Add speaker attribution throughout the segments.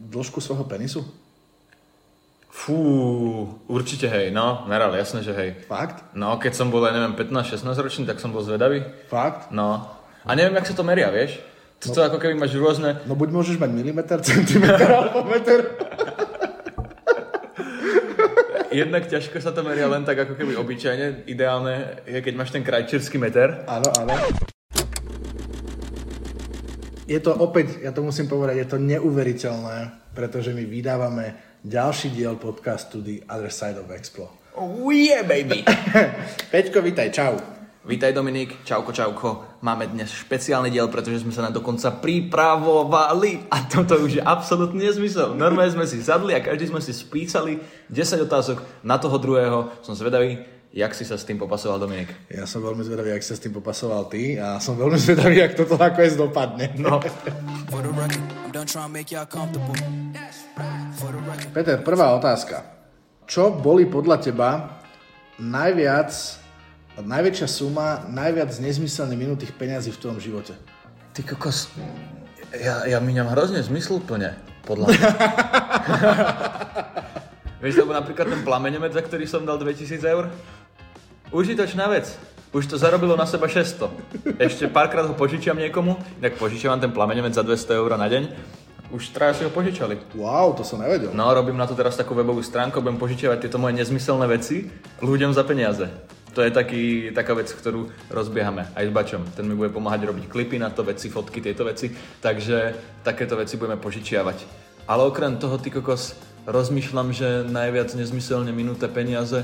Speaker 1: dĺžku svojho penisu?
Speaker 2: Fú, určite hej, no, meral, jasné, že hej.
Speaker 1: Fakt?
Speaker 2: No, keď som bol, ja neviem, 15-16 ročný, tak som bol zvedavý.
Speaker 1: Fakt?
Speaker 2: No. A neviem, jak sa to meria, vieš? To, to ako keby máš rôzne...
Speaker 1: No buď môžeš mať milimeter, centimeter alebo meter.
Speaker 2: Jednak ťažko sa to meria len tak ako keby obyčajne. Ideálne je, keď máš ten krajčerský meter.
Speaker 1: Áno, áno. Je to opäť, ja to musím povedať, je to neuveriteľné, pretože my vydávame ďalší diel podcastu The Other Side of Explo.
Speaker 2: Oh yeah, baby!
Speaker 1: Peťko, vitaj, čau.
Speaker 2: Vítaj Dominik, čauko čauko. Máme dnes špeciálny diel, pretože sme sa na dokonca pripravovali a toto už je absolútny nezmysel. Normálne sme si sadli a každý sme si spísali 10 otázok na toho druhého. Som zvedavý, jak si sa s tým popasoval Dominik.
Speaker 1: Ja som veľmi zvedavý, ak sa s tým popasoval ty a som veľmi zvedavý, ak toto nakoniec dopadne.
Speaker 2: No,
Speaker 3: For the record, I'm done trying to make y'all comfortable. For the record.
Speaker 1: Peter, prvá otázka. Čo boli podľa teba najviac, najväčšia suma, najviac nezmyselne minutých peňazí v tvojom živote?
Speaker 2: ty kokos, ja, ja míňam hrozne zmysluplne, podľa mňa. Vieš, lebo napríklad ten plameňomet, za ktorý som dal 2000 eur, užitočná vec. Už to zarobilo na seba 600. Ešte párkrát ho požičiam niekomu, tak požičiam vám ten plameňomet za 200 eur na deň. Už traja si ho požičali.
Speaker 1: Wow, to som nevedel.
Speaker 2: No, robím na to teraz takú webovú stránku, budem požičiavať tieto moje nezmyselné veci ľuďom za peniaze. To je taký, taká vec, ktorú rozbiehame aj s Bačom. Ten mi bude pomáhať robiť klipy na to veci, fotky, tieto veci. Takže takéto veci budeme požičiavať. Ale okrem toho, ty kokos, rozmýšľam, že najviac nezmyselne minuté peniaze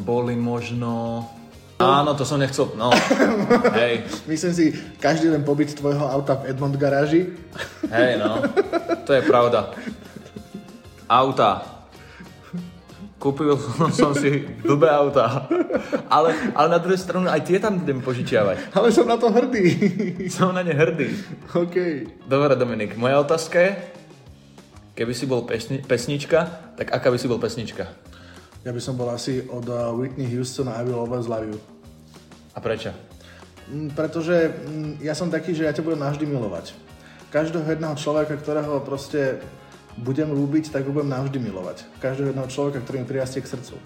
Speaker 2: boli možno... Áno, to som nechcel, no. Hej,
Speaker 1: Myslím si, každý ten pobyt tvojho auta v Edmond garáži.
Speaker 2: hej, no. To je pravda. Auta. Kúpil som si blbé auta. Ale, ale na druhej stranu aj tie tam budem požičiavať.
Speaker 1: Ale som na to hrdý.
Speaker 2: Som na ne hrdý.
Speaker 1: OK.
Speaker 2: Dobre, Dominik, moja otázka je, keby si bol pesni- pesnička, tak aká by si bol pesnička?
Speaker 1: Ja by som bol asi od uh, Whitney Houston I Will Always Love You.
Speaker 2: A prečo?
Speaker 1: Mm, Pretože mm, ja som taký, že ja ťa budem navždy milovať. Každého jedného človeka, ktorého proste budem ľúbiť, tak ho budem navždy milovať. Každého jedného človeka, ktorý mi prirastie k srdcu.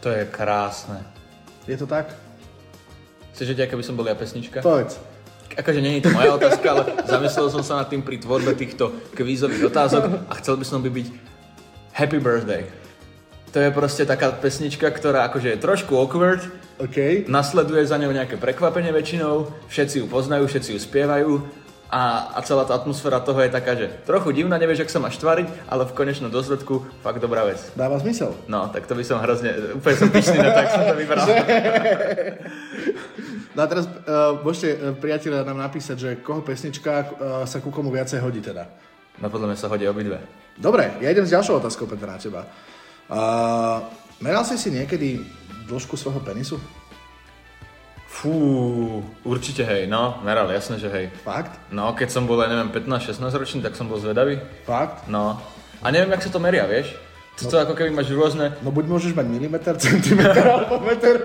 Speaker 2: To je krásne.
Speaker 1: Je to tak?
Speaker 2: Chceš vedieť, aká by som bol ja pesnička?
Speaker 1: Povedz.
Speaker 2: Akože nie je to moja otázka, ale zamyslel som sa nad tým pri tvorbe týchto kvízových otázok a chcel by som by byť Happy Birthday. To je proste taká pesnička, ktorá akože je trošku awkward,
Speaker 1: OK.
Speaker 2: nasleduje za ňou nejaké prekvapenie väčšinou, všetci ju poznajú, všetci ju spievajú a, a celá tá atmosféra toho je taká, že trochu divná, nevieš, ak sa máš tvariť, ale v konečnom dôsledku fakt dobrá vec.
Speaker 1: Dáva zmysel.
Speaker 2: No, tak to by som hrozne, úplne som pyšný na to, ak som to vybral.
Speaker 1: No a teraz uh, môžete uh, priateľa nám napísať, že koho pesnička uh, sa ku komu viacej hodí teda.
Speaker 2: No podľa mňa sa hodia obidve.
Speaker 1: Dobre, ja idem s ďalšou otázkou, Petr, na teba. Uh, meral si si niekedy dĺžku svojho penisu?
Speaker 2: Fú, určite hej, no, meral, jasné, že hej.
Speaker 1: Fakt?
Speaker 2: No, keď som bol, ja neviem, 15-16 ročný, tak som bol zvedavý.
Speaker 1: Fakt?
Speaker 2: No. A neviem, jak sa to meria, vieš? To, to ako keby máš rôzne...
Speaker 1: No buď môžeš mať milimeter, centimeter alebo meter.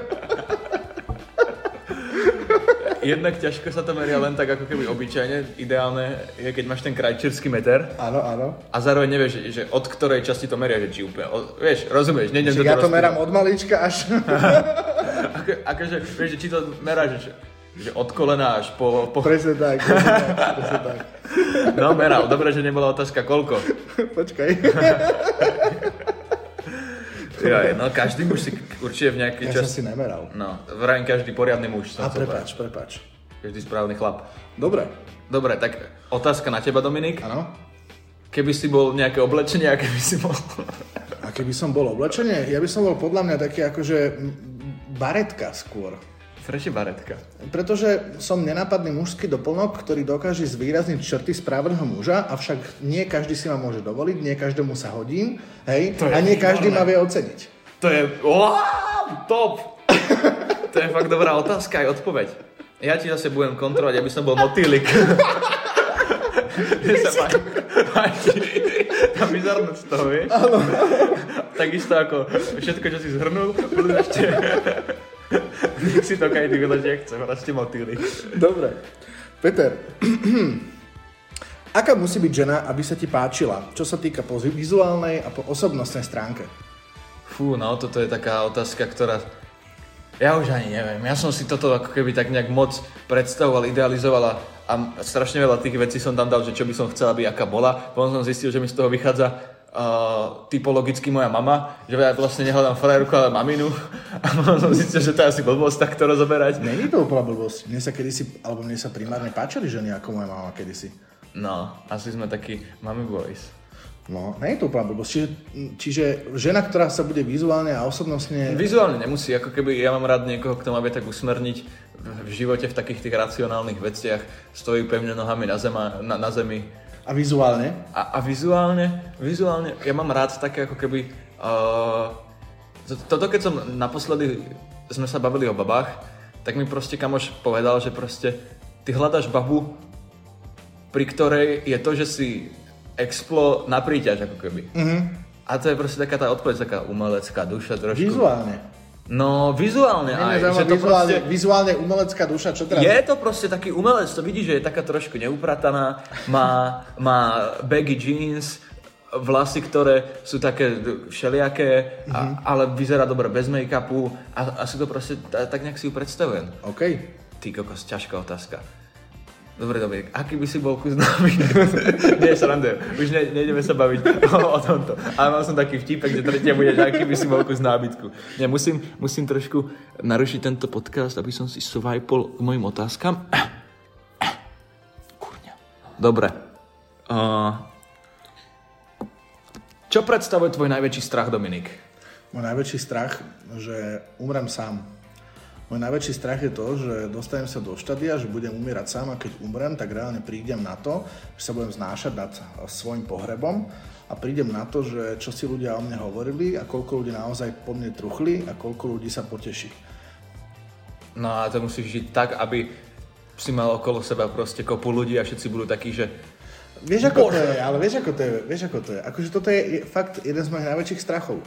Speaker 2: Jednak ťažko sa to meria len tak ako keby obyčajne. Ideálne je, keď máš ten krajčerský meter
Speaker 1: Áno, áno.
Speaker 2: a zároveň nevieš, že, že od ktorej časti to meria, že či úplne... O, vieš, rozumieš, nejdem
Speaker 1: Že
Speaker 2: do
Speaker 1: ja to
Speaker 2: rozprávať.
Speaker 1: merám od malička až...
Speaker 2: Ako, akože, vieš, že či to meráš, že, že od kolena až po... po...
Speaker 1: presne tak, presne tak, presne tak.
Speaker 2: No, meral. Dobre, že nebola otázka koľko.
Speaker 1: Počkaj.
Speaker 2: Jaj, no každý muž si k- určite v nejakej
Speaker 1: Ja som
Speaker 2: časti...
Speaker 1: si nemeral.
Speaker 2: No, vrajím každý poriadny muž.
Speaker 1: A
Speaker 2: Som chcel povedať.
Speaker 1: prepáč, prepáč.
Speaker 2: Každý správny chlap.
Speaker 1: Dobre,
Speaker 2: Dobre, tak otázka na teba, Dominik.
Speaker 1: áno.
Speaker 2: Keby si bol nejaké oblečenie, aké by si bol...
Speaker 1: A keby som bol oblečenie, ja by som bol podľa mňa taký akože m, baretka skôr.
Speaker 2: Prečo baretka?
Speaker 1: Pretože som nenápadný mužský doplnok, ktorý dokáže zvýrazniť črty správneho muža, avšak nie každý si ma môže dovoliť, nie každému sa hodím, hej,
Speaker 2: To je
Speaker 1: a nie
Speaker 2: výborné.
Speaker 1: každý ma vie oceniť.
Speaker 2: To je... Wow, top! to je fakt dobrá otázka aj odpoveď. Ja ti zase budem kontrolovať, aby som bol motýlik. Mne sa páči, páči tá bizarnosť toho, vieš? Áno. Takisto ako všetko, čo si zhrnul, plus ešte... Nech si to každý vyloží, ak chce, proste motýlik.
Speaker 1: Dobre. Peter, Aká musí byť žena, aby sa ti páčila? Čo sa týka po vizuálnej a po osobnostnej stránke?
Speaker 2: Fú, no toto je taká otázka, ktorá... Ja už ani neviem. Ja som si toto ako keby tak nejak moc predstavoval, idealizoval a, a strašne veľa tých vecí som tam dal, že čo by som chcel, aby aká bola. Potom som zistil, že mi z toho vychádza uh, typologicky moja mama, že ja vlastne nehľadám frajerku, ale maminu. A potom som zistil, že to je asi blbosť takto rozoberať.
Speaker 1: Není to úplná blbosť. Mne sa kedysi, alebo mne sa primárne páčili ženy ako moja mama kedysi.
Speaker 2: No, asi sme takí mami boys.
Speaker 1: No, nie je to úplná blbosť. Čiže, čiže žena, ktorá sa bude vizuálne a osobnostne...
Speaker 2: Vizuálne nemusí, ako keby ja mám rád niekoho, kto ma vie tak usmerniť v- v živote v takých tých racionálnych veciach, stojí pevne nohami na, zema, na, na zemi.
Speaker 1: A vizuálne?
Speaker 2: A, a vizuálne, vizuálne, ja mám rád také ako keby... Uh, to- toto keď som naposledy, sme sa bavili o babách, tak mi proste kamoš povedal, že proste ty hľadaš babu, pri ktorej je to, že si explo na príťaž ako keby.
Speaker 1: Mhm.
Speaker 2: A to je proste taká tá odpoveď, taká umelecká duša trošku.
Speaker 1: Vizuálne.
Speaker 2: No, vizuálne
Speaker 1: Mňa
Speaker 2: aj,
Speaker 1: zaujíma
Speaker 2: že to
Speaker 1: vizuálne,
Speaker 2: proste,
Speaker 1: vizuálne umelecká duša, čo teraz?
Speaker 2: je to proste taký umelec, to vidí, že je taká trošku neuprataná, má, má baggy jeans, vlasy, ktoré sú také d- všelijaké, a, ale vyzerá dobre bez make-upu a, a si to proste, ta- tak nejak si ju predstavujem.
Speaker 1: OK.
Speaker 2: Ty kokos, ťažká otázka. Dobre, dobre, aký by si bol kus známy? Nie, srandujem, už ne, nejdeme sa baviť o, o tomto. Ale mal som taký vtipek, že tretia bude, že aký by si bol kus nábytku. Nie, musím, musím trošku narušiť tento podcast, aby som si svajpol k mojim otázkam. Kurňa. Dobre. Uh, čo predstavuje tvoj najväčší strach, Dominik?
Speaker 1: Môj najväčší strach, že umrem sám. Môj najväčší strach je to, že dostanem sa do štadia, že budem umierať sám a keď umrem, tak reálne prídem na to, že sa budem znášať nad eh, svojim pohrebom a prídem na to, že čo si ľudia o mne hovorili a koľko ľudí naozaj po mne truchli a koľko ľudí sa poteší.
Speaker 2: No a to musíš žiť tak, aby si mal okolo seba proste kopu ľudí a všetci budú takí, že
Speaker 1: Vieš ako to je, ale vieš ako to je, vieš ako to je. Akože toto je, je fakt jeden z mojich najväčších strachov.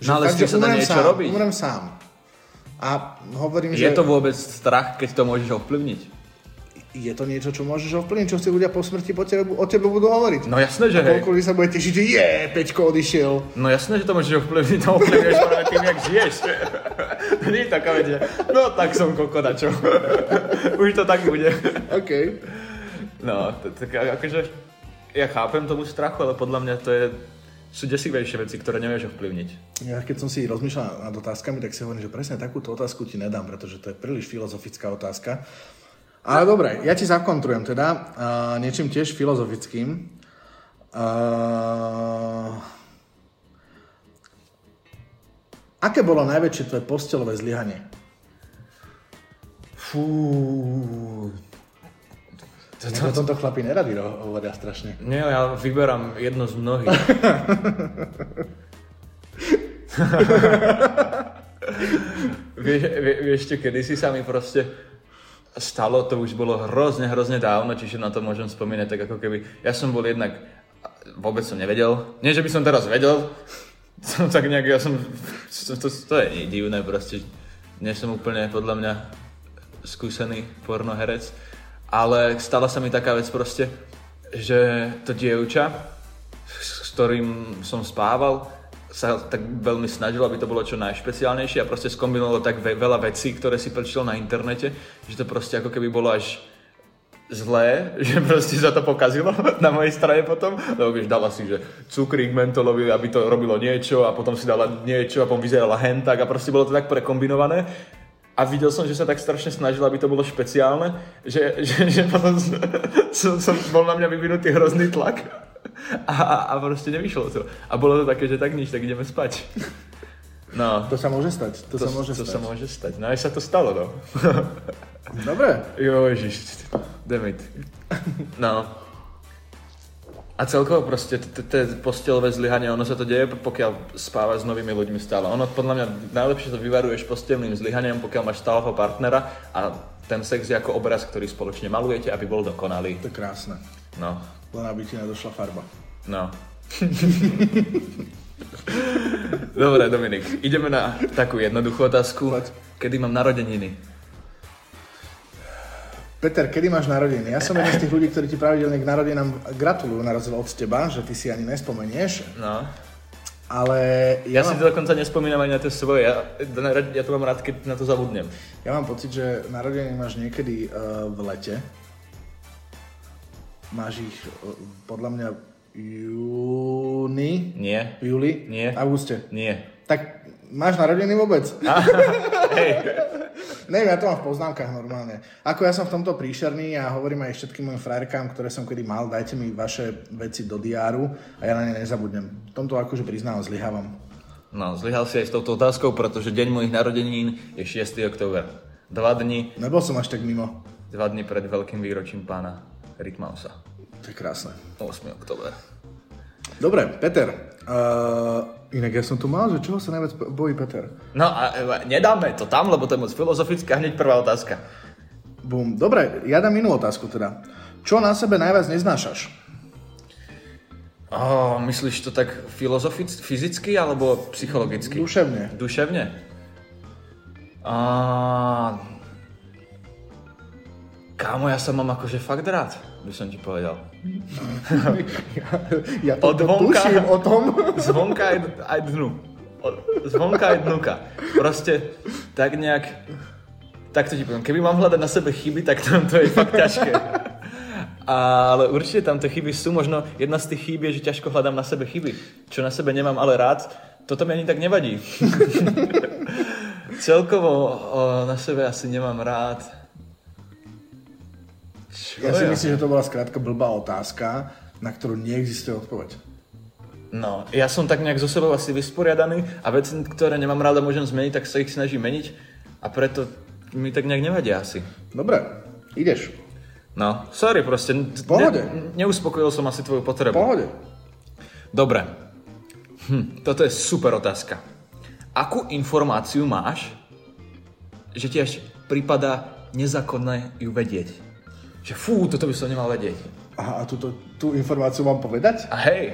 Speaker 2: No ale s
Speaker 1: že
Speaker 2: tým sa dá
Speaker 1: umrem
Speaker 2: niečo
Speaker 1: sám,
Speaker 2: robiť.
Speaker 1: Umrem sám. A hovorím,
Speaker 2: Je
Speaker 1: že
Speaker 2: to vôbec strach, keď to môžeš ovplyvniť?
Speaker 1: je to niečo, čo môžeš ovplyvniť, čo si ľudia po smrti po tebe, o tebe budú hovoriť.
Speaker 2: No jasné, že hej.
Speaker 1: Koľko ľudí sa bude tešiť, že je, Peťko odišiel.
Speaker 2: No jasné, že to môžeš ovplyvniť, to ovplyvňuješ práve tým, jak žiješ. To nie je taká vec, že no tak som kokona, čo? Už to tak bude.
Speaker 1: OK.
Speaker 2: No, to- tak a- akože ja chápem tomu strachu, ale podľa mňa to je sú desivejšie veci, ktoré nevieš ovplyvniť.
Speaker 1: Ja keď som si rozmýšľal nad otázkami, tak si hovorím, že presne takúto otázku ti nedám, pretože to je príliš filozofická otázka. Ale dobre, ja ti zakontrujem teda uh, niečím tiež filozofickým. Uh, aké bolo najväčšie tvoje postelové zlyhanie?
Speaker 2: Fú.
Speaker 1: Ja o tomto chlapi neradi ro- hovoria strašne.
Speaker 2: Nie, ja vyberám jedno z mnohých. vieš, vie, vieš čo, kedysi sa mi proste stalo, to už bolo hrozne, hrozne dávno, čiže na to môžem spomínať tak ako keby, ja som bol jednak, vôbec som nevedel, nie že by som teraz vedel, som tak nejak, ja som, to, to, to je divné proste, nie som úplne podľa mňa skúsený pornoherec, ale stala sa mi taká vec proste, že to dievča, s s ktorým som spával, sa tak veľmi snažil, aby to bolo čo najšpeciálnejšie a proste skombinovalo tak ve- veľa vecí, ktoré si prečítal na internete, že to proste ako keby bolo až zlé, že proste sa to pokazilo na mojej strane potom, lebo vieš, dala si, že cukrík mentolový, aby to robilo niečo a potom si dala niečo a potom vyzerala hentak a proste bolo to tak prekombinované a videl som, že sa tak strašne snažila, aby to bolo špeciálne, že, že, že potom som, som, bol na mňa vyvinutý hrozný tlak a, a, a proste nevyšlo to. A bolo to také, že tak nič, tak ideme spať. No,
Speaker 1: To sa môže stať, to, sa môže
Speaker 2: to
Speaker 1: stať.
Speaker 2: sa môže stať. No aj sa to stalo, no.
Speaker 1: Dobre,
Speaker 2: Jožiš, damn it. No. A celkovo proste, t- t- to je postelové zlyhanie, ono sa to deje, pokiaľ spávaš s novými ľuďmi stále. Ono podľa mňa najlepšie to vyvaruješ postelným zlyhaním, pokiaľ máš stáleho partnera a ten sex je ako obraz, ktorý spoločne malujete, aby bol dokonalý.
Speaker 1: to je krásne.
Speaker 2: No,
Speaker 1: Len aby ti nedošla farba.
Speaker 2: no. Dobre, Dominik, ideme na takú jednoduchú otázku.
Speaker 1: Poď.
Speaker 2: Kedy mám narodeniny?
Speaker 1: Peter, kedy máš narodiny? Ja som jeden z tých ľudí, ktorí ti pravidelne k narodinám gratulujú na rozdiel od teba, že ty si ani nespomenieš,
Speaker 2: No.
Speaker 1: ale ja,
Speaker 2: Ja, ja si
Speaker 1: mám,
Speaker 2: to dokonca nespomínam ani na tie svoje. Ja, ja to mám rád, keď na to zabudnem.
Speaker 1: ja mám pocit, že narodiny máš niekedy eh, v lete. Máš ich eh, podľa mňa júni,
Speaker 2: Nie.
Speaker 1: v júli,
Speaker 2: Nie.
Speaker 1: auguste.
Speaker 2: Nie.
Speaker 1: Tak máš narodiny vôbec?
Speaker 2: Hej.
Speaker 1: Neviem, ja to mám v poznámkach normálne. Ako ja som v tomto príšerný a hovorím aj všetkým mojim frajerkám, ktoré som kedy mal, dajte mi vaše veci do diáru a ja na ne nezabudnem. V tomto akože priznám, zlyhávam.
Speaker 2: No, zlyhal si aj s touto otázkou, pretože deň mojich narodenín je 6. október. Dva dni,
Speaker 1: Nebol som až tak mimo.
Speaker 2: dva dni pred veľkým výročím pána Rickmausa.
Speaker 1: To je krásne.
Speaker 2: 8. október.
Speaker 1: Dobre, Peter. Uh, inak ja som tu mal, že čoho sa najviac bojí Peter?
Speaker 2: No a e, nedáme to tam, lebo to je moc filozofické. Hneď prvá otázka.
Speaker 1: Bum. Dobre, ja dám inú otázku teda. Čo na sebe najviac neznášaš?
Speaker 2: Oh, myslíš to tak filozofic, fyzicky alebo psychologicky?
Speaker 1: Duševne.
Speaker 2: Duševne? A... Kámo, ja sa mám akože fakt rád, by som ti povedal.
Speaker 1: ja, ja to,
Speaker 2: Od
Speaker 1: to
Speaker 2: vonka.
Speaker 1: tuším o tom.
Speaker 2: Zvonka aj, aj dnu. O- Zvonka aj dnuka. Proste tak nejak... Tak to ti poviem. Keby mám hľadať na sebe chyby, tak to, to je fakt ťažké. Ale určite tam tie chyby sú. Možno jedna z tých chýb je, že ťažko hľadám na sebe chyby. Čo na sebe nemám ale rád, toto mi ani tak nevadí. Celkovo o, na sebe asi nemám rád. Čo
Speaker 1: Ja si myslím, že to bola skrátka blbá otázka, na ktorú neexistuje odpoveď.
Speaker 2: No, ja som tak nejak so sebou asi vysporiadaný a veci, ktoré nemám rada, môžem zmeniť, tak sa ich snažím meniť a preto mi tak nejak nevadia asi.
Speaker 1: Dobre, ideš.
Speaker 2: No, sorry proste. n-
Speaker 1: V pohode.
Speaker 2: Ne, neuspokojil som asi tvoju
Speaker 1: V
Speaker 2: potrebu.
Speaker 1: pohode.
Speaker 2: Dobre. Hm, toto je super otázka. Akú informáciu máš, že ti až prípada nezákonné ju vedieť? Že fú, toto by som nemal vedieť.
Speaker 1: Aha, a túto, tú informáciu mám povedať?
Speaker 2: A hej,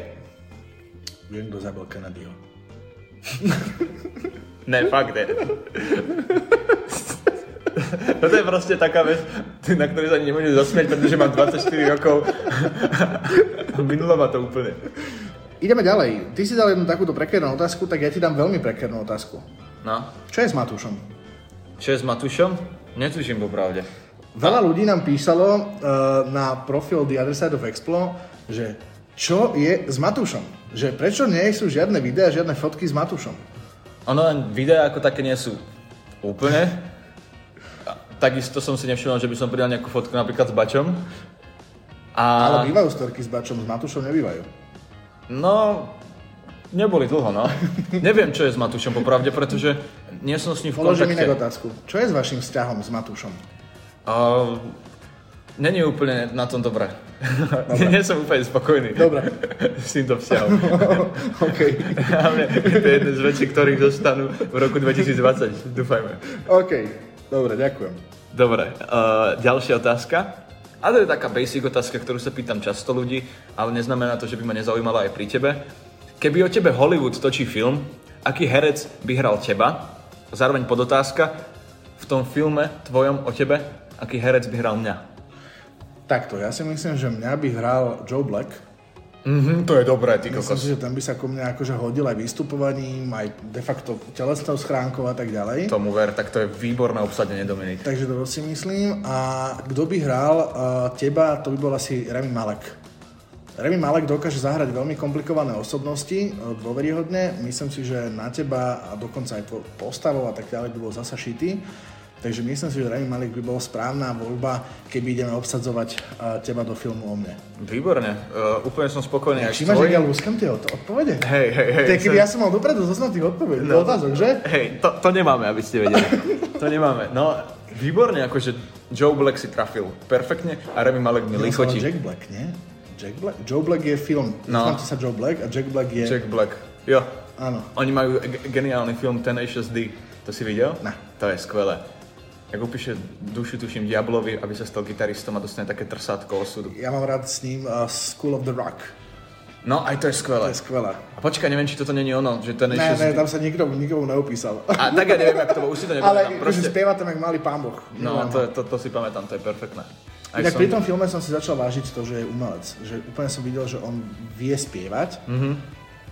Speaker 1: Viem, kto zabil Kennedyho.
Speaker 2: Ne, fakt ne. No to je proste taká vec, na ktorej sa nemôžem zasmiať, pretože mám 24 rokov. A Minulo ma to úplne.
Speaker 1: Ideme ďalej. Ty si dal jednu takúto prekernú otázku, tak ja ti dám veľmi prekernú otázku.
Speaker 2: No.
Speaker 1: Čo je s Matúšom?
Speaker 2: Čo je s Matušom? Netuším popravde.
Speaker 1: Veľa ľudí nám písalo uh, na profil The Other Side of Explo, že čo je s Matúšom? Že prečo nie sú žiadne videá, žiadne fotky s Matúšom?
Speaker 2: Ono len videá ako také nie sú úplne. A Takisto som si nevšimol, že by som pridal nejakú fotku napríklad s Bačom. A...
Speaker 1: Ale bývajú storky s Bačom, s Matúšom nebývajú.
Speaker 2: No, neboli dlho, no. Neviem, čo je s Matušom popravde, pretože nie som s ním v kontakte.
Speaker 1: Položím inak otázku. Čo je s vašim vzťahom s Matúšom?
Speaker 2: A není úplne na tom dobré. Nie som úplne spokojný.
Speaker 1: Dobre.
Speaker 2: S týmto vzťahom.
Speaker 1: OK.
Speaker 2: A mne- to je jeden z vecí, ktorých dostanú v roku 2020. Dúfajme.
Speaker 1: OK. Dobre, ďakujem.
Speaker 2: Dobre, uh, ďalšia otázka. A to je taká basic otázka, ktorú sa pýtam často ľudí, ale neznamená to, že by ma nezaujímala aj pri tebe. Keby o tebe Hollywood točí film, aký herec by hral teba? Zároveň podotázka, v tom filme tvojom o tebe, aký herec by hral mňa?
Speaker 1: Takto, ja si myslím, že mňa by hral Joe Black.
Speaker 2: Mhm, to je dobré, ty
Speaker 1: Myslím si, že ten by sa ku mne akože hodil aj vystupovaním, aj de facto telesnou schránkou a tak ďalej.
Speaker 2: Tomu ver, tak to je výborné obsadenie, Dominik.
Speaker 1: Takže to si myslím. A kto by hral uh, teba, to by bol asi Remy Malek. Remy Malek dokáže zahrať veľmi komplikované osobnosti, uh, dôveryhodne. Myslím si, že na teba a dokonca aj tvoj postavou a tak ďalej by bol zasa šitý. Takže myslím si, že Remy Malek by bol správna voľba, keby ideme obsadzovať uh, teba do filmu o mne.
Speaker 2: Výborne, uh, úplne som spokojný. aj s
Speaker 1: Všimáš, že
Speaker 2: tvojim-
Speaker 1: ja lúskam tie od- odpovede?
Speaker 2: Hej, hej, hej.
Speaker 1: To je, keby
Speaker 2: som-
Speaker 1: ja som mal dopredu zoznam tých odpovedí, no. otázok, že?
Speaker 2: Hej, to, to nemáme, aby ste vedeli. to nemáme. No, výborne, akože Joe Black si trafil perfektne a Remy Malek mi
Speaker 1: Ja som mal
Speaker 2: lichotí.
Speaker 1: Jack Black, nie? Jack Black? Joe Black je film.
Speaker 2: No.
Speaker 1: No. sa Joe Black a Jack Black je...
Speaker 2: Jack Black. Jo.
Speaker 1: Áno.
Speaker 2: Oni majú g- geniálny film Tenacious D. To si videl?
Speaker 1: Ne.
Speaker 2: To je skvelé. Jak upíše dušu, tuším, Diablovi, aby sa stal gitaristom a dostane také trsátko osudu.
Speaker 1: eh, Ja mám rád s ním uh, School of the Rock.
Speaker 2: No aj to je
Speaker 1: To
Speaker 2: skvelé.
Speaker 1: je skvelé.
Speaker 2: A počkaj, neviem, či toto není ono, že ten
Speaker 1: Ne, ne, tam sa nikto, nikomu neopísal.
Speaker 2: A tak ja neviem, jak to bolo, už si to
Speaker 1: Ale
Speaker 2: nepamätám.
Speaker 1: proste...
Speaker 2: proste...
Speaker 1: spieva tam jak malý pán boh.
Speaker 2: No, to, je- to, to si pamätám, to je perfektné. Aj
Speaker 1: Inak
Speaker 2: som-
Speaker 1: pri tom filme som si začal vážiť to, že je umelec. Že úplne som videl, že on vie spievať.
Speaker 2: Mhm.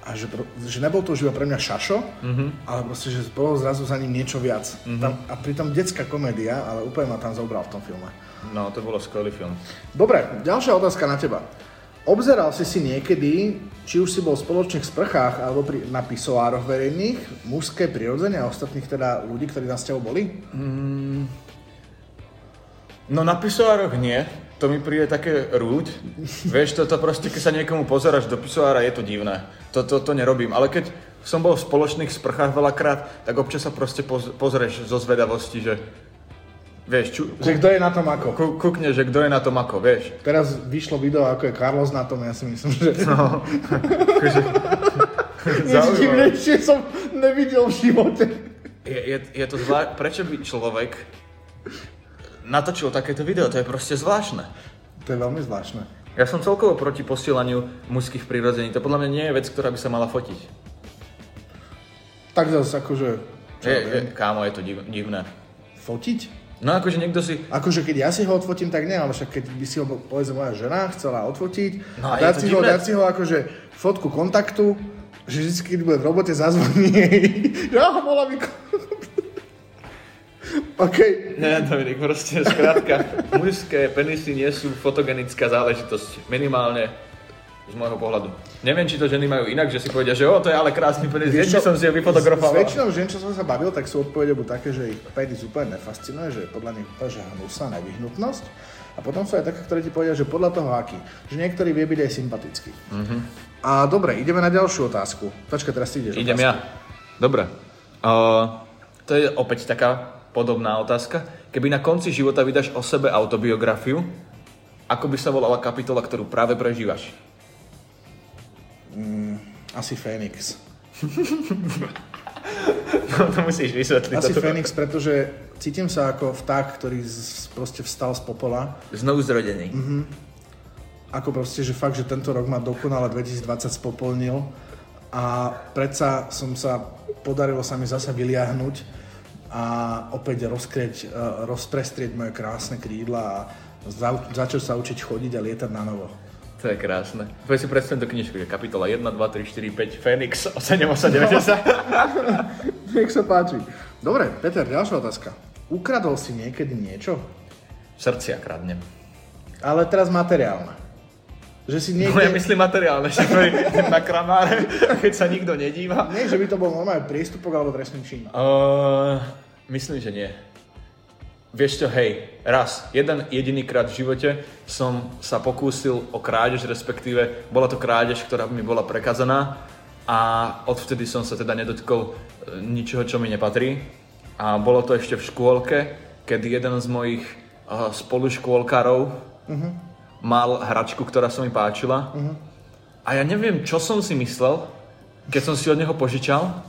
Speaker 1: A že, pro- že nebol to už iba pre mňa šašo,
Speaker 2: Mhm.
Speaker 1: ale proste, že bolo zrazu za ním niečo viac. Tam, a pritom detská komédia, ale úplne ma tam zobral v tom filme.
Speaker 2: No, to bolo skvelý film.
Speaker 1: Dobre, ďalšia otázka na teba. Obzeral si si niekedy, či už si bol v spoločných sprchách alebo pri, na pisoároch verejných, mužské prirodzenie a ostatných teda ľudí, ktorí na s tebou boli?
Speaker 2: No na pisoároch nie, to mi príde také rúď. Vieš, toto proste, keď sa niekomu pozeráš do pisoára, je to divné. Toto to, to nerobím, ale keď som bol v spoločných sprchách veľakrát, tak občas sa proste poz- pozrieš zo zvedavosti, že vieš, ču,
Speaker 1: Že kto je na tom ako?
Speaker 2: ku, kúkne, že kto je na tom ako, vieš.
Speaker 1: Teraz vyšlo video, ako je Carlos na tom, ja si myslím, že nič
Speaker 2: Zaujímavé.
Speaker 1: divnejšie som nevidel v živote.
Speaker 2: Je, je, je to zvlášť, prečo by človek natočil takéto video, to je proste zvláštne.
Speaker 1: To je veľmi zvláštne.
Speaker 2: Ja som celkovo proti posielaniu mužských prirodzení, to podľa mňa nie je vec, ktorá by sa mala fotiť.
Speaker 1: Tak zase akože, čo
Speaker 2: Je,
Speaker 1: ja
Speaker 2: je,
Speaker 1: viem,
Speaker 2: kámo, je to div, divné.
Speaker 1: fotiť?
Speaker 2: No akože niekto si...
Speaker 1: Akože keď ja si ho odfotím, tak nie, ale však keď by si ho, povedzme, moja žena chcela odfotiť, no,
Speaker 2: No a je
Speaker 1: dať,
Speaker 2: to
Speaker 1: si ho,
Speaker 2: divné.
Speaker 1: dať si ho akože fotku kontaktu, že vždy, keď bude v robote, zazvoní jej. Ja ho volám mi OK.
Speaker 2: Ne, Dominik, proste, skrátka, mužské penisy nie sú fotogenická záležitosť. Minimálne z môjho pohľadu. Neviem, či to ženy majú inak, že si povedia, že o, to je ale krásny penis,
Speaker 1: Vieš
Speaker 2: hneď by
Speaker 1: čo,
Speaker 2: som si ho
Speaker 1: S, s
Speaker 2: vyfotografoval.
Speaker 1: väčšinou žien, čo som sa bavil, tak sú odpovede buď také, že ich penis úplne nefascinuje, že je podľa nich úplne že hnusná nevyhnutnosť. A potom sú aj také, ktoré ti povedia, že podľa toho aký. Že niektorý vie byť aj sympatický.
Speaker 2: Mhm.
Speaker 1: A dobre, ideme na ďalšiu otázku. Počkaj, teraz ty ideš.
Speaker 2: Idem
Speaker 1: otázku.
Speaker 2: ja. Dobre. Uh, to je opäť taká podobná otázka. Keby na konci života vydaš o sebe autobiografiu, ako by sa volala kapitola, ktorú práve prežívaš?
Speaker 1: Asi Fénix.
Speaker 2: No, to musíš vysvetliť.
Speaker 1: Asi
Speaker 2: toto.
Speaker 1: Fénix, pretože cítim sa ako vták, ktorý z, proste vstal z popola.
Speaker 2: Znovu zrodený.
Speaker 1: Ako proste, že fakt, že tento rok ma dokonale 2020 spopolnil. A predsa som sa, podarilo sa mi zase vyliahnuť a opäť rozkrieť, eh, rozprestrieť moje krásne krídla a za, začal sa učiť chodiť a lietať na novo.
Speaker 2: To je krásne. Poď si predstaviť tú knižku, že kapitola 1, 2, 3, 4, 5, Fénix, 8, 8, 9, 10.
Speaker 1: Nech sa páči. Dobre, Peter, ďalšia otázka. Ukradol si niekedy niečo?
Speaker 2: Srdcia kradnem.
Speaker 1: Ale teraz materiálne. Že si
Speaker 2: No
Speaker 1: niekde...
Speaker 2: ja myslím materiálne, že to je na kramáre, keď sa nikto nedíva.
Speaker 1: Nie, že by to bol normálny priestupok alebo trestný čin.
Speaker 2: Uh, myslím, že nie. Vieš čo, hej, raz, jeden jediný krát v živote som sa pokúsil o krádež, respektíve bola to krádež, ktorá mi bola prekazaná a odvtedy som sa teda nedotkol e, ničoho, čo mi nepatrí. A bolo to ešte v škôlke, kedy jeden z mojich uh, spoluškôlkarov mal hračku, ktorá sa mi páčila. A ja neviem, čo som si myslel, keď som si od neho požičal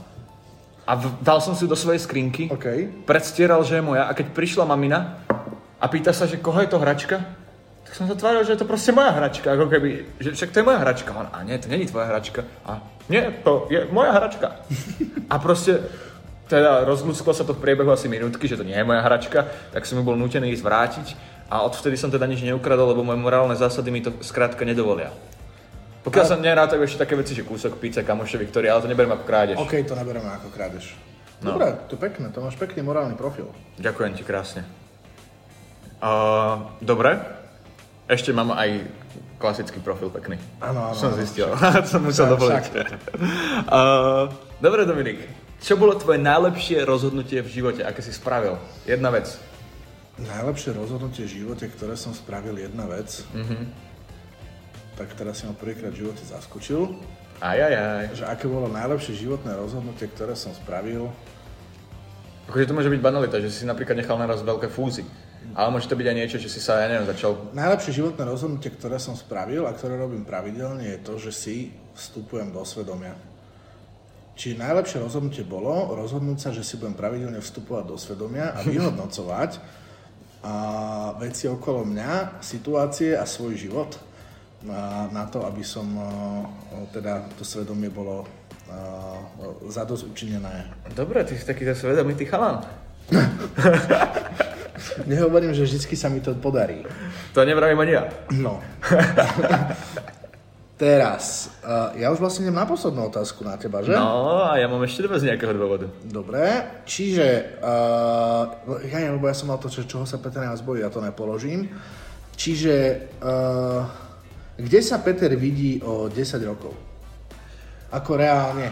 Speaker 2: a v- dal som si ju do svojej skrinky
Speaker 1: OK.
Speaker 2: predstieral, že je moja a keď prišla mamina a pýta sa, že koho je to hračka, tak som sa tváril, že je to proste moja hračka, ako keby, že však to je moja hračka. On, a nie, to není tvoja hračka. A nie, to je moja hračka. A proste, teda rozľudsklo sa to v priebehu asi minútky, že to nie je moja hračka, tak som ju bol nutený ísť vrátiť a odvtedy som teda nič neukradol, lebo moje morálne zásady mi to skrátka nedovolia. Pokiaľ sa nerátajú ešte také veci, že kúsok pizza kamošovi, ktorý, ale to neberiem ako krádež.
Speaker 1: OK, to nabereme ako krádež. Dobre, to je pekné, to máš pekný morálny profil.
Speaker 2: Ďakujem ti krásne. Uh, dobre. Ešte mám aj klasický profil pekný.
Speaker 1: Áno, áno,
Speaker 2: Som
Speaker 1: áno,
Speaker 2: zistil. Som musel
Speaker 1: Však,
Speaker 2: dovoliť. Uh, dobre, Dominik. Čo bolo tvoje najlepšie rozhodnutie v živote, aké si spravil? Jedna vec.
Speaker 1: Najlepšie rozhodnutie v živote, ktoré som spravil, jedna vec. Tak teraz si ma prvýkrát v živote zaskočil,
Speaker 2: Aj, aj, aj.
Speaker 1: že aké bolo najlepšie životné rozhodnutie, ktoré som spravil.
Speaker 2: Akože to môže byť banalita, že si napríklad nechal naraz veľké fúzy. Ale môže to byť aj niečo, že si sa, ja neviem, začal...
Speaker 1: Najlepšie životné rozhodnutie, ktoré som spravil a ktoré robím pravidelne, je to, že si vstupujem do svedomia. Čiže najlepšie rozhodnutie bolo rozhodnúť sa, že si budem pravidelne vstupovať do svedomia a vyhodnocovať a veci okolo mňa, situácie a svoj život. na, na to, aby som eh, teda to svedomie bolo eh, zadosť učinené.
Speaker 2: Dobre, ty si taký zase vedomý, ty chalan.
Speaker 1: Nehovorím, že vždy sa mi to podarí.
Speaker 2: To nevravím ani ja.
Speaker 1: No. Teraz, eh, ja už vlastne idem na poslednú otázku na teba, že?
Speaker 2: No a ja mám ešte dve z nejakého dôvodu.
Speaker 1: Dobre, čiže, uh, ja neviem, lebo ja som mal to, čo, čoho sa Peter nás bojí, ja to nepoložím. Čiže, uh, kde sa Peter vidí o 10 rokov? Ako reálne.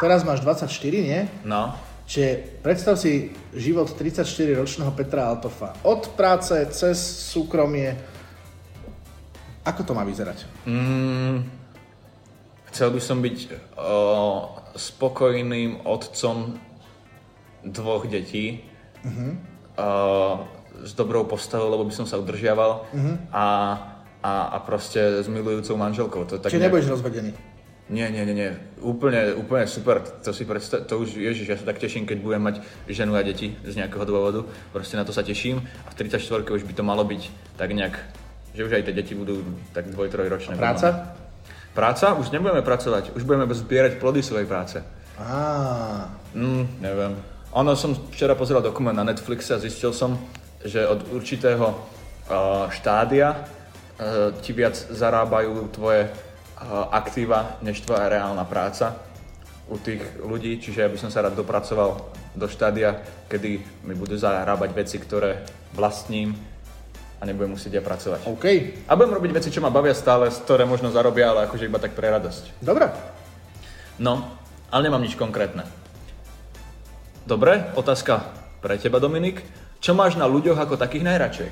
Speaker 1: Teraz máš 24, nie?
Speaker 2: No.
Speaker 1: Čiže predstav si život 34-ročného Petra Altofa. Od práce, cez súkromie. Ako to má vyzerať?
Speaker 2: Mm, chcel by som byť o, spokojným otcom dvoch detí o, s dobrou postavou, lebo by som sa udržiaval a, a, a proste s milujúcou manželkou. To je tak
Speaker 1: Čiže
Speaker 2: nejak-
Speaker 1: nebudeš rozvedený.
Speaker 2: Nie, nie, nie, nie. Úplne, úplne super. To si predstav, to už, ježiš, ja sa tak teším, keď budem mať ženu a deti z nejakého dôvodu. Proste na to sa teším. A v 34 už by to malo byť tak nejak, že už aj tie deti budú tak dvoj, trojročné.
Speaker 1: Práca?
Speaker 2: Práca? Už nebudeme pracovať. Už budeme zbierať plody svojej práce.
Speaker 1: Á,
Speaker 2: Mm, neviem. Ono som včera pozeral dokument na Netflixe a zistil som, že od určitého uh, štádia uh, ti viac zarábajú tvoje uh, aktíva, než tvoja reálna práca u tých ľudí, čiže ja by som sa rád dopracoval do štádia, kedy mi budú zarábať veci, ktoré vlastním a nebudem musieť ja pracovať.
Speaker 1: OK.
Speaker 2: A budem robiť veci, čo ma bavia stále, z ktoré možno zarobia, ale akože iba tak pre radosť.
Speaker 1: Dobre.
Speaker 2: No, ale nemám nič konkrétne. Dobre, otázka pre teba, Dominik. Čo máš na ľuďoch ako takých najradšej?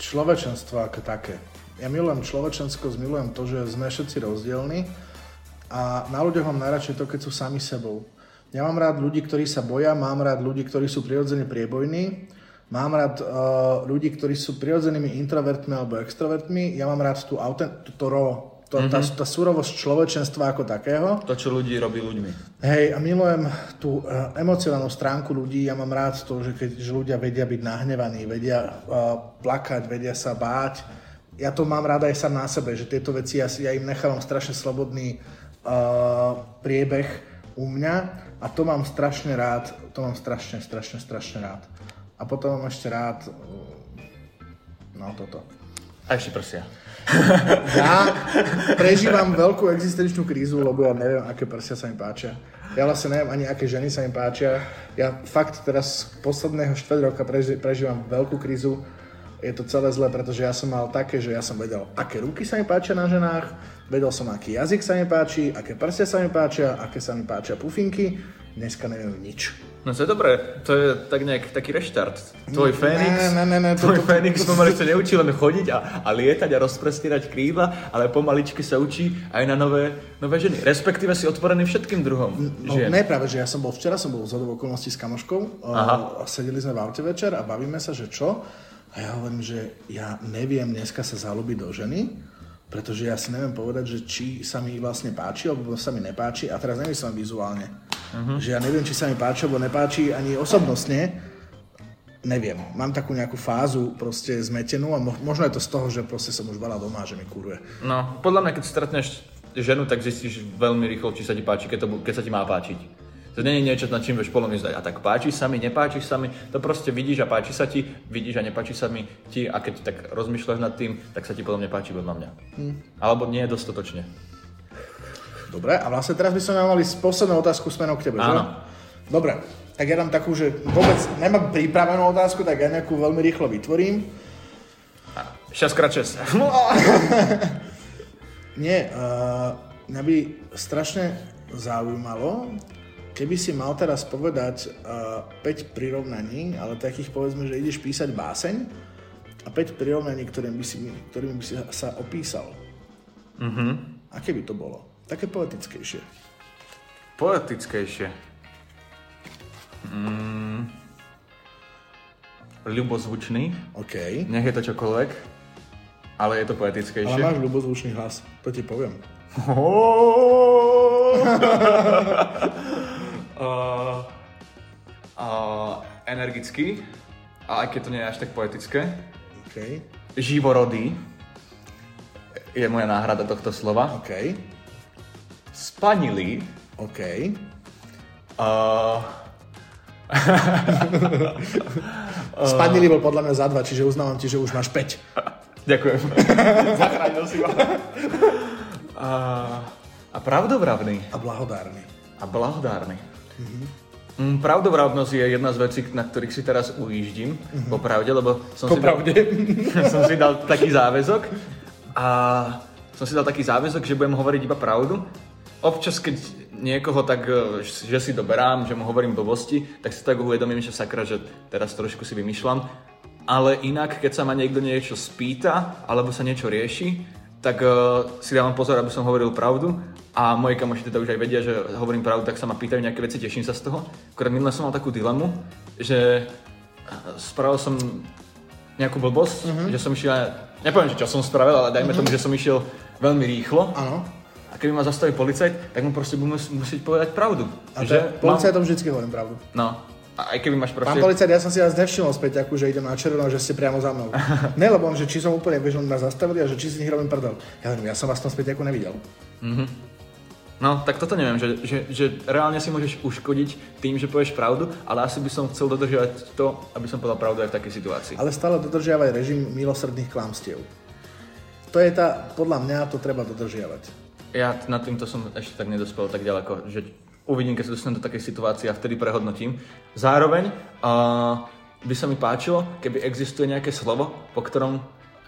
Speaker 1: človečenstvo ako také. Ja milujem človečenskosť, milujem to, že sme všetci rozdielni a na ľuďoch mám najradšej to, keď sú sami sebou. Ja mám rád ľudí, ktorí sa boja, mám rád ľudí, ktorí sú prirodzene priebojní, mám rád eh, ľudí, ktorí sú prirodzenými introvertmi alebo extrovertmi, ja mám rád tú autent- to, to raw, to, mm-hmm. tá, tá surovosť človečenstva ako takého.
Speaker 2: To, čo ľudí robí ľuďmi.
Speaker 1: Hej, a milujem tú uh, emocionálnu stránku ľudí. Ja mám rád to, že keď že ľudia vedia byť nahnevaní, vedia uh, plakať, vedia sa báť. Ja to mám rád aj sám na sebe, že tieto veci ja, si- ja im nechávam strašne slobodný uh, priebeh u mňa a to mám strašne rád, to mám strašne, strašne, strašne rád. A potom mám ešte rád, uh, no toto.
Speaker 2: A ešte prsia.
Speaker 1: Ja prežívam veľkú existenčnú krízu, lebo ja neviem, aké prsia sa mi páčia. Ja vlastne neviem ani, aké ženy sa mi páčia. Ja fakt teraz z posledného štvrť roka preži- prežívam veľkú krízu. Je to celé zlé, pretože ja som mal také, že ja som vedel, aké ruky sa mi páčia na ženách, vedel som, aký jazyk sa mi páči, aké prsia sa mi páčia, aké sa mi páčia pufinky. Dneska neviem nič.
Speaker 2: No to je dobré, to je tak nejak taký reštart. Tvoj Fénix,
Speaker 1: ne, ne, ne, to-
Speaker 2: tvoj
Speaker 1: to-
Speaker 2: Fénix pomaly sa neučí len chodiť a, a lietať a rozprestierať krídla, ale pomaličky sa učí aj na nové, nové ženy. Respektíve si otvorený všetkým druhom
Speaker 1: No,
Speaker 2: žien.
Speaker 1: ne, práve, že ja som bol, včera som bol zhodou okolností s kamoškou eh, a sedeli sme v aute večer a bavíme sa, že čo. A ja hovorím, že ja neviem dneska sa zalúbiť do ženy, pretože ja si neviem povedať, že či sa mi vlastne páči, alebo sa mi nepáči. A teraz nemyslím vizuálne. Uh-huh. Že ja neviem, či sa mi páči, alebo nepáči ani osobnostne. Neviem. Mám takú nejakú fázu proste zmetenú a mo- možno je to z toho, že proste som už veľa doma, že mi kuruje.
Speaker 2: No, podľa mňa, keď stretneš ženu, tak zistíš veľmi rýchlo, či sa ti páči, keď, to, bu- keď sa ti má páčiť. To nie je niečo, nad čím vieš polemizovať. A tak páči sa mi, nepáči sa mi, to proste vidíš a páči sa ti, vidíš a nepáči sa mi ti a keď tak rozmýšľaš nad tým, tak sa ti podľa mňa páči podľa mňa. Alebo nie dostatočne.
Speaker 1: Dobre, a vlastne teraz by sme mali poslednú otázku smerom k tebe, že?
Speaker 2: Áno.
Speaker 1: Dobre, tak ja dám takú, že vôbec nemám pripravenú otázku, tak ja nejakú veľmi rýchlo vytvorím.
Speaker 2: 6x6.
Speaker 1: Nie, uh, mňa by strašne zaujímalo, keby si mal teraz povedať uh, 5 prirovnaní, ale takých povedzme, že ideš písať báseň a 5 prirovnaní, ktorým by si, ktorým by si sa opísal. Mhm. Aké by to bolo? Také poetickejšie.
Speaker 2: Poetickejšie. Mm. Ľubozvučný.
Speaker 1: OK.
Speaker 2: Nech je to čokoľvek. Ale je to
Speaker 1: Ale
Speaker 2: poetickejšie.
Speaker 1: máš ľubozvučný hlas, to ti poviem.
Speaker 2: a, Eh, a, energický, a aj keď to nie je až tak poetické.
Speaker 1: OK.
Speaker 2: Živorodý. je moja náhrada tohto slova.
Speaker 1: OK,
Speaker 2: Spanili.
Speaker 1: OK.
Speaker 2: Eh. Uh,
Speaker 1: Spadnili bol podľa mňa za dva, čiže uznávam ti, že už máš 5.
Speaker 2: ďakujem. Zachránil si ma. Uh, a pravdovravný.
Speaker 1: A blahodárny.
Speaker 2: A blahodárny. Mm, pravdovravnosť je jedna z vecí, na ktorých si teraz ujíždim, popravde, lebo som si, dal,
Speaker 1: Popravde.
Speaker 2: som si dal taký záväzok a som si dal taký záväzok, že budem hovoriť iba pravdu. Občas, keď niekoho tak, eh, že si doberám, že mu hovorím blbosti, tak si tak uvedomím, že sakra, že teraz trošku si vymýšľam. Ale inak, keď sa ma niekto niečo spýta, alebo sa niečo rieši, tak eh, si dávam pozor, aby som hovoril pravdu a moji kamoši teda už aj vedia, že hovorím pravdu, tak sa ma pýtajú nejaké veci, teším sa z toho. Akorát minule som mal takú dilemu, že eh, spravil som nejakú blbosť,
Speaker 1: Mhm.
Speaker 2: že som išiel, nepoviem, že čo som spravil, ale dajme tomu, že som išiel veľmi rýchlo
Speaker 1: Áno.
Speaker 2: a keby ma zastaví policajt, tak mu proste budem mus- musieť povedať pravdu.
Speaker 1: A to je,
Speaker 2: mám-
Speaker 1: policajtom vždycky hovorím pravdu.
Speaker 2: No, a aj keby máš
Speaker 1: Pán
Speaker 2: proste...
Speaker 1: policajt, ja som si vás nevšimol späť, ako, že idem na červeno, že ste priamo za mnou. ne, lebo on, že či som úplne, vieš, on ma zastavili a že či si z nich robím prdel. Ja hovorím, ja som vás v tom späť ako nevidel.
Speaker 2: No, tak toto neviem, že, že, že reálne si môžeš uškodiť tým, že povieš pravdu, ale asi by som chcel dodržiavať to, aby som povedal pravdu aj v takej situácii.
Speaker 1: Ale stále dodržiavaj režim milosrdných klamstiev. To je tá, podľa mňa to treba dodržiavať.
Speaker 2: Ja t- nad týmto som ešte tak nedospel tak ďaleko, že uvidím, keď sa dostanem do takej situácie a vtedy prehodnotím. Zároveň uh, by sa mi páčilo, keby existuje nejaké slovo, po ktorom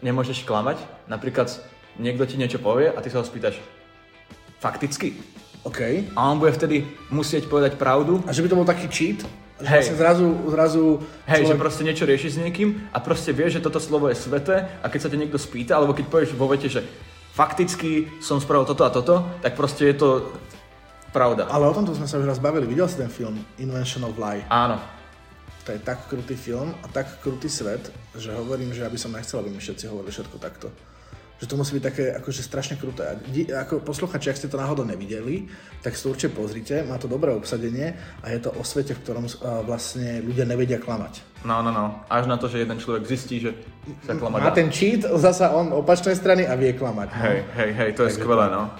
Speaker 2: nemôžeš klamať. Napríklad niekto ti niečo povie a ty sa ho spýtaš fakticky.
Speaker 1: OK?
Speaker 2: A on bude vtedy musieť povedať pravdu.
Speaker 1: A že by to bol taký cheat? Že
Speaker 2: Hej.
Speaker 1: vlastne zrazu, zrazu
Speaker 2: Hej, že
Speaker 1: človek-
Speaker 2: proste niečo riešiš s niekým a proste vieš, že toto slovo je sveté a keď sa ťa niekto spýta, alebo keď povieš vo vete, že fakticky som spravil toto a toto, tak proste je to pravda.
Speaker 1: Ale o tomto sme sa už raz bavili. Videl si ten film Invention of Lie?
Speaker 2: Áno.
Speaker 1: To je tak krutý film a tak krutý svet, že hovorím, že aby som nechcel, aby mi všetci hovorili všetko takto. Že to musí byť také akože strašne kruté. A di- ako posluchači, ak ste to náhodou nevideli, tak si to určite pozrite. Má to dobré obsadenie a je to o svete, v ktorom uh, vlastne ľudia nevedia klamať.
Speaker 2: No, no, no. Až na to, že jeden človek zistí, že sa klamať
Speaker 1: Má
Speaker 2: dá.
Speaker 1: ten cheat, zasa on opačnej strany a vie klamať. no.
Speaker 2: Hej, hej, hej, to je skvelé, no.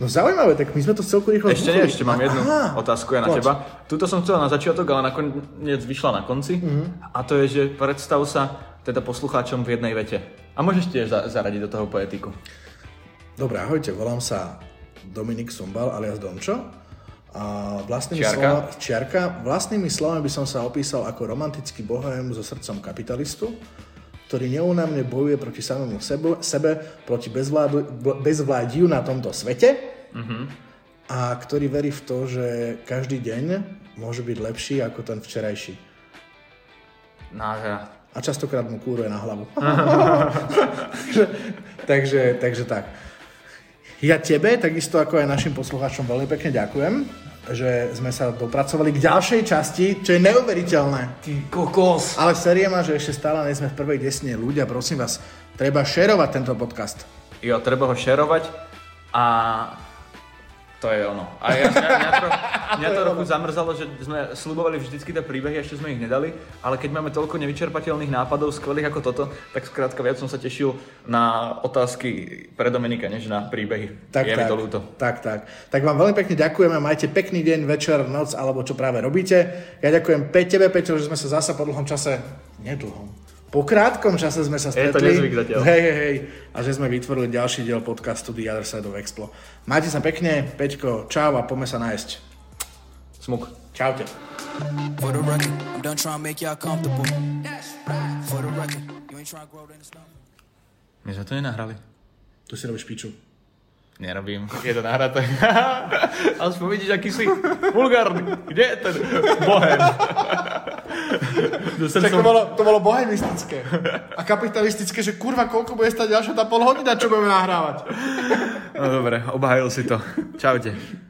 Speaker 1: No zaujímavé, tak my sme to celku rýchlo
Speaker 2: Ešte nie,
Speaker 1: zbuchli.
Speaker 2: ešte mám
Speaker 1: A-
Speaker 2: jednu
Speaker 1: aha,
Speaker 2: otázku ja na
Speaker 1: poď.
Speaker 2: teba. Tuto som chcel na začiatok, ale nakoniec vyšla na konci.
Speaker 1: Mhm.
Speaker 2: A to je, že predstav sa teda poslucháčom v jednej vete. A môžeš tiež za- zaradiť do toho poetiku.
Speaker 1: Dobre, ahojte, volám sa Dominik Sumbal alias Domčo. A vlastnými
Speaker 2: Čiarka.
Speaker 1: Slovami, čiarka. Vlastnými slovami by som sa opísal ako romantický bohém so srdcom kapitalistu, ktorý neúnamne bojuje proti samému sebe, sebe proti bezvládu, bl- bezvládiu na tomto svete a ktorý verí v to, že každý deň môže byť lepší ako ten včerajší.
Speaker 2: Nádhera.
Speaker 1: A častokrát mu kúruje na hlavu. takže, takže tak. Ja tebe, takisto ako aj našim poslucháčom veľmi pekne ďakujem, že sme sa dopracovali k ďalšej časti, čo je neuveriteľné.
Speaker 2: Ty kokos!
Speaker 1: Ale série má, že ešte stále nie sme v prvej desine ľudia, prosím vás, treba šerovať tento podcast.
Speaker 2: Jo, treba ho šerovať a to je ono. A ja, mňa, mňa, to, mňa to roku zamrzalo, že sme slubovali vždycky tie príbehy, ešte sme ich nedali, ale keď máme toľko nevyčerpateľných nápadov, skvelých ako toto, tak skrátka viac som sa tešil na otázky pre Dominika, než na príbehy.
Speaker 1: Tak,
Speaker 2: je
Speaker 1: tak,
Speaker 2: mi to ľúto.
Speaker 1: tak, tak. Tak vám veľmi pekne ďakujeme, majte pekný deň, večer, noc, alebo čo práve robíte. Ja ďakujem pe tebe, Peťo, že sme sa zasa po dlhom čase, nedlhom, po krátkom čase sme sa stretli.
Speaker 2: Je to nezvyk zatiaľ.
Speaker 1: Hej, hej, hej. A že sme vytvorili ďalší diel podcastu The Other Side of Explo. Majte sa pekne, Peťko, čau a poďme sa nájsť.
Speaker 2: Smuk.
Speaker 1: Čaute.
Speaker 3: For the record, I'm done trying to make y'all comfortable. For the record, you ain't trying to grow, then it's not.
Speaker 2: My sme to nenahrali.
Speaker 1: Tu si robíš piču.
Speaker 2: Nerobím. Je to nahraté. Aspoň vidíš, aký si vulgárny. Kde je ten bohem? Dostal
Speaker 1: Tak to bolo, to bolo bohemistické a kapitalistické, že kurva, koľko bude stať ďalšia tá pol hodina, čo budeme nahrávať.
Speaker 2: No dobre, obhájil si to. Čaute.